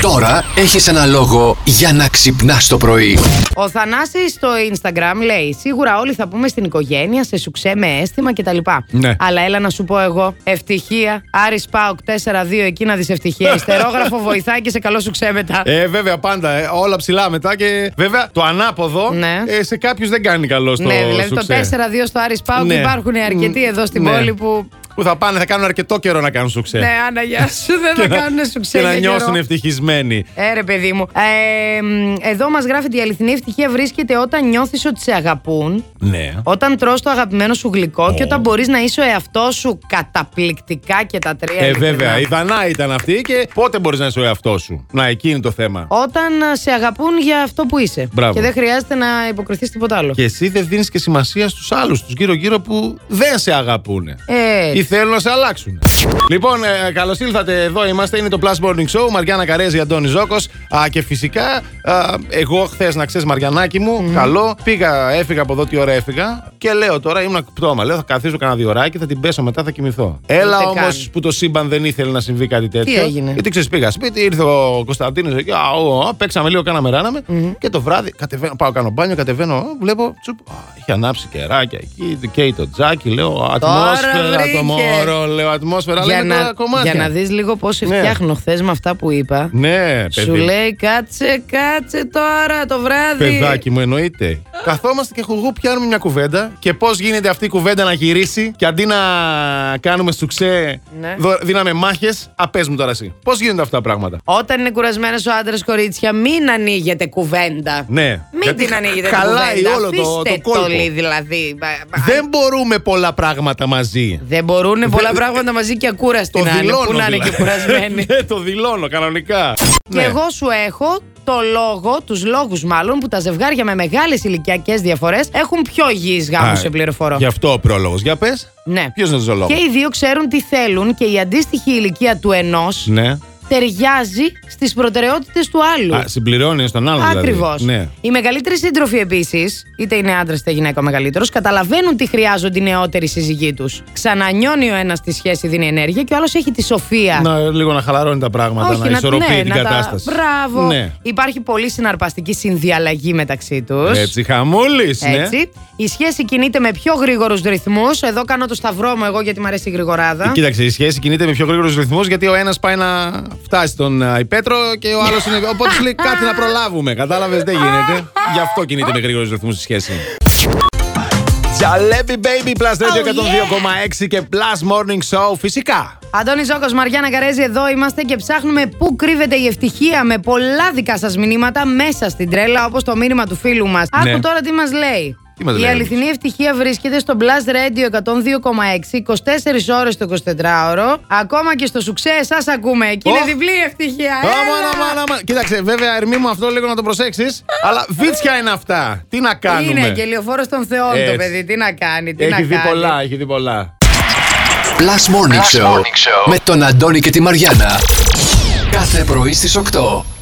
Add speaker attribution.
Speaker 1: Τώρα έχεις ένα λόγο για να ξυπνάς το πρωί.
Speaker 2: Ο Θανάσης στο Instagram λέει: Σίγουρα όλοι θα πούμε στην οικογένεια, σε σουξέ με αίσθημα κτλ.
Speaker 3: Ναι.
Speaker 2: Αλλά έλα να σου πω εγώ. Ευτυχία. Άρης Πάοκ 4-2 εκεί να δεις ευτυχία. Ιστερόγραφο βοηθάει και σε καλό σουξέ μετά.
Speaker 3: Ε, βέβαια, πάντα. ε, όλα ψηλά μετά και βέβαια το ανάποδο
Speaker 2: Ναι.
Speaker 3: ε, σε κάποιους δεν κάνει καλό στο
Speaker 2: ναι, δηλαδή το
Speaker 3: σουξέ.
Speaker 2: 4-2 στο Άρης Πάοκ
Speaker 3: Ναι.
Speaker 2: υπάρχουν αρκετοί εδώ στην
Speaker 3: Ναι.
Speaker 2: πόλη που.
Speaker 3: Που θα πάνε, θα κάνουν αρκετό καιρό να κάνουν σουξέ.
Speaker 2: Ναι, Άννα, γεια σου. Δεν θα κάνουν σουξέ.
Speaker 3: Και να
Speaker 2: για καιρό.
Speaker 3: νιώσουν ευτυχισμένοι.
Speaker 2: Ε, ρε παιδί μου. Ε, μ, εδώ μας γράφεται η αληθινή ευτυχία βρίσκεται όταν νιώθεις ότι σε αγαπούν,
Speaker 3: Ναι.
Speaker 2: όταν τρως το αγαπημένο σου γλυκό και
Speaker 3: Ω.
Speaker 2: όταν μπορείς να είσαι ο εαυτός σου καταπληκτικά και τα τρία.
Speaker 3: Ε,
Speaker 2: ειλικρινά.
Speaker 3: βέβαια, η Δανά ήταν αυτή και πότε μπορείς να είσαι ο εαυτός σου. Να, εκεί είναι το θέμα.
Speaker 2: Όταν α, σε αγαπούν για αυτό που είσαι.
Speaker 3: Μπράβο.
Speaker 2: Και δεν χρειάζεται να υποκριθείς τίποτα άλλο.
Speaker 3: Και εσύ δεν δίνεις και σημασία στους άλλους, τους γύρω-γύρω που δεν σε αγαπούν.
Speaker 2: Ε,
Speaker 3: Ή θέλουν να σε αλλάξουν. Λοιπόν, ε, καλώς ήλθατε. Εδώ είμαστε. Είναι το Plus Morning Show. Μαριάννα Καρέζη, Αντώνη Ζώκος. Και φυσικά, α, εγώ χθες, να ξέρεις, Μαριανάκι μου, καλό. Πήγα, έφυγα από εδώ, τι ώρα έφυγα. Και λέω τώρα, ήμουν πτώμα. Λέω, θα καθίσω κανένα δύο ώρακι, θα την πέσω μετά, θα κοιμηθώ. Έλα
Speaker 2: καν.
Speaker 3: όμως που το σύμπαν δεν ήθελε να συμβεί κάτι τέτοιο.
Speaker 2: έγινε?
Speaker 3: Γιατί ξέρεις, πήγα σπίτι, ήρθε ο Κωνσταντίνος εκεί, α, ο, ο, παίξαμε λίγο, κάναμε ράναμε. Και το βράδυ κατεβαίνω, πάω κάνω μπάνιο, κατεβαίνω, α, βλέπω, τσουπ, α, είχε ανάψει κεράκια εκεί, καίει το τζάκι, λέω, α, Ατμόσφαιρα
Speaker 2: βρήκε.
Speaker 3: το μωρό, λέω. Ατμόσφαιρα,
Speaker 2: για,
Speaker 3: λέμε
Speaker 2: να,
Speaker 3: τώρα κομμάτια.
Speaker 2: για να δεις λίγο πώς σε
Speaker 3: Ναι.
Speaker 2: φτιάχνω χθες με αυτά που είπα.
Speaker 3: Ναι, παιδί.
Speaker 2: Σου λέει κάτσε, κάτσε τώρα το βράδυ.
Speaker 3: Παιδάκι μου, εννοείται. Καθόμαστε και χουγού πιάνουμε μια κουβέντα και πώς γίνεται αυτή η κουβέντα να γυρίσει και αντί να κάνουμε στουξέ,
Speaker 2: Ναι.
Speaker 3: δο- δίναμε μάχες. Απέ μου τώρα εσύ. Πώς γίνονται αυτά τα πράγματα.
Speaker 2: Όταν είναι κουρασμένος ο άντρας, κορίτσια, μην ανοίγετε κουβέντα.
Speaker 3: Ναι.
Speaker 2: Μην
Speaker 3: Γιατί
Speaker 2: την ανοίγετε την κουβέντα.
Speaker 3: χαλάει όλο το-
Speaker 2: Αφήστε
Speaker 3: το κόλπο.
Speaker 2: λι- δηλαδή. Μπα- μπα-
Speaker 3: Δεν μπορούμε πολλά πράγματα μαζί.
Speaker 2: Δεν μπορούν πολλά
Speaker 3: Δεν-
Speaker 2: πράγματα μαζί και ακούραστοι
Speaker 3: Το
Speaker 2: να είναι.
Speaker 3: δηλώνω.
Speaker 2: Πού να είναι
Speaker 3: δηλαδή.
Speaker 2: και κουρασμένοι.
Speaker 3: Ναι, το δηλώνω κανονικά. Ναι.
Speaker 2: Και εγώ σου έχω το λόγο, τους λόγους μάλλον, που τα ζευγάρια με μεγάλες ηλικιακές διαφορές έχουν πιο υγιείς γάμους, σε πληροφορώ.
Speaker 3: Γι' αυτό ο πρόλογος. Για πες.
Speaker 2: Ναι.
Speaker 3: Ποιος είναι ο ζωολόγο.
Speaker 2: Και οι δύο ξέρουν τι θέλουν και η αντίστοιχη ηλικία του ενός
Speaker 3: Ναι.
Speaker 2: ταιριάζει στις προτεραιότητες του άλλου.
Speaker 3: Α, συμπληρώνει τον άλλον. δηλαδή.
Speaker 2: Ακριβώς.
Speaker 3: Ναι.
Speaker 2: Οι μεγαλύτεροι σύντροφοι επίσης, είτε είναι άντρα είτε γυναίκα μεγαλύτερος, καταλαβαίνουν τι χρειάζονται οι νεότεροι σύζυγοί τους. Ξανανιώνει ο ένας τη σχέση, δίνει ενέργεια και ο άλλος έχει τη σοφία.
Speaker 3: Να, λίγο να χαλαρώνει τα πράγματα, να, ισορροπεί
Speaker 2: ναι,
Speaker 3: την
Speaker 2: να τα-
Speaker 3: κατάσταση.
Speaker 2: Μπράβο.
Speaker 3: Ναι.
Speaker 2: Υπάρχει πολύ συναρπαστική συνδιαλλαγή μεταξύ τους.
Speaker 3: Έτσι, χαμούλης. Ναι.
Speaker 2: Η σχέση κινείται με πιο γρήγορους ρυθμούς. Εδώ κάνω το σταυρό μου εγώ γιατί μου αρέσει η γρηγοράδα.
Speaker 3: Ε, Κοίταξε, η σχέση κινείται με πιο γρήγορους ρυθμούς γιατί ο ένας πάει να φτάσει στον α, υπέτρο και ο άλλος είναι. Οπότε σου λέει κάτι να προλάβουμε. Κατάλαβες, δεν γίνεται. Γι' αυτό κινείται με γρήγορους ρυθμούς η σχέση. Τζαλέπι Baby
Speaker 2: Oh,
Speaker 3: Plus Radio 102,6 και Plus Morning Show φυσικά.
Speaker 2: Αντώνης Ζώκος, Μαριάννα Καρέζη, εδώ είμαστε και ψάχνουμε πού κρύβεται η ευτυχία με πολλά δικά σας μηνύματα μέσα στην τρέλα, όπως το μήνυμα του φίλου μας.
Speaker 3: Ναι.
Speaker 2: Άκου τώρα τι μας λέει.
Speaker 3: Τι μας
Speaker 2: η
Speaker 3: λέει,
Speaker 2: αληθινή ευτυχία βρίσκεται στο Blast Radio 102,6 24 ώρες το 24ωρο. Ακόμα και στο σουξέ, εσά ακούμε. Εκεί είναι
Speaker 3: Ω.
Speaker 2: διπλή η ευτυχία.
Speaker 3: Άμα,
Speaker 2: Έλα.
Speaker 3: άμα, άμα. Κοίταξε, βέβαια, ερμή μου αυτό λίγο να το προσέξεις. Αλλά βίτσια είναι αυτά. Τι να κάνουμε.
Speaker 2: Είναι και λιοφόρο των Θεών
Speaker 3: Έτσι.
Speaker 2: το παιδί. Τι να κάνει, τι να
Speaker 3: Έχει δει
Speaker 2: κάνει.
Speaker 3: πολλά, έχει δει πολλά.
Speaker 1: Plus Morning, Show, με τον Αντώνη και τη Μαριάνα. Κάθε πρωί στις 8.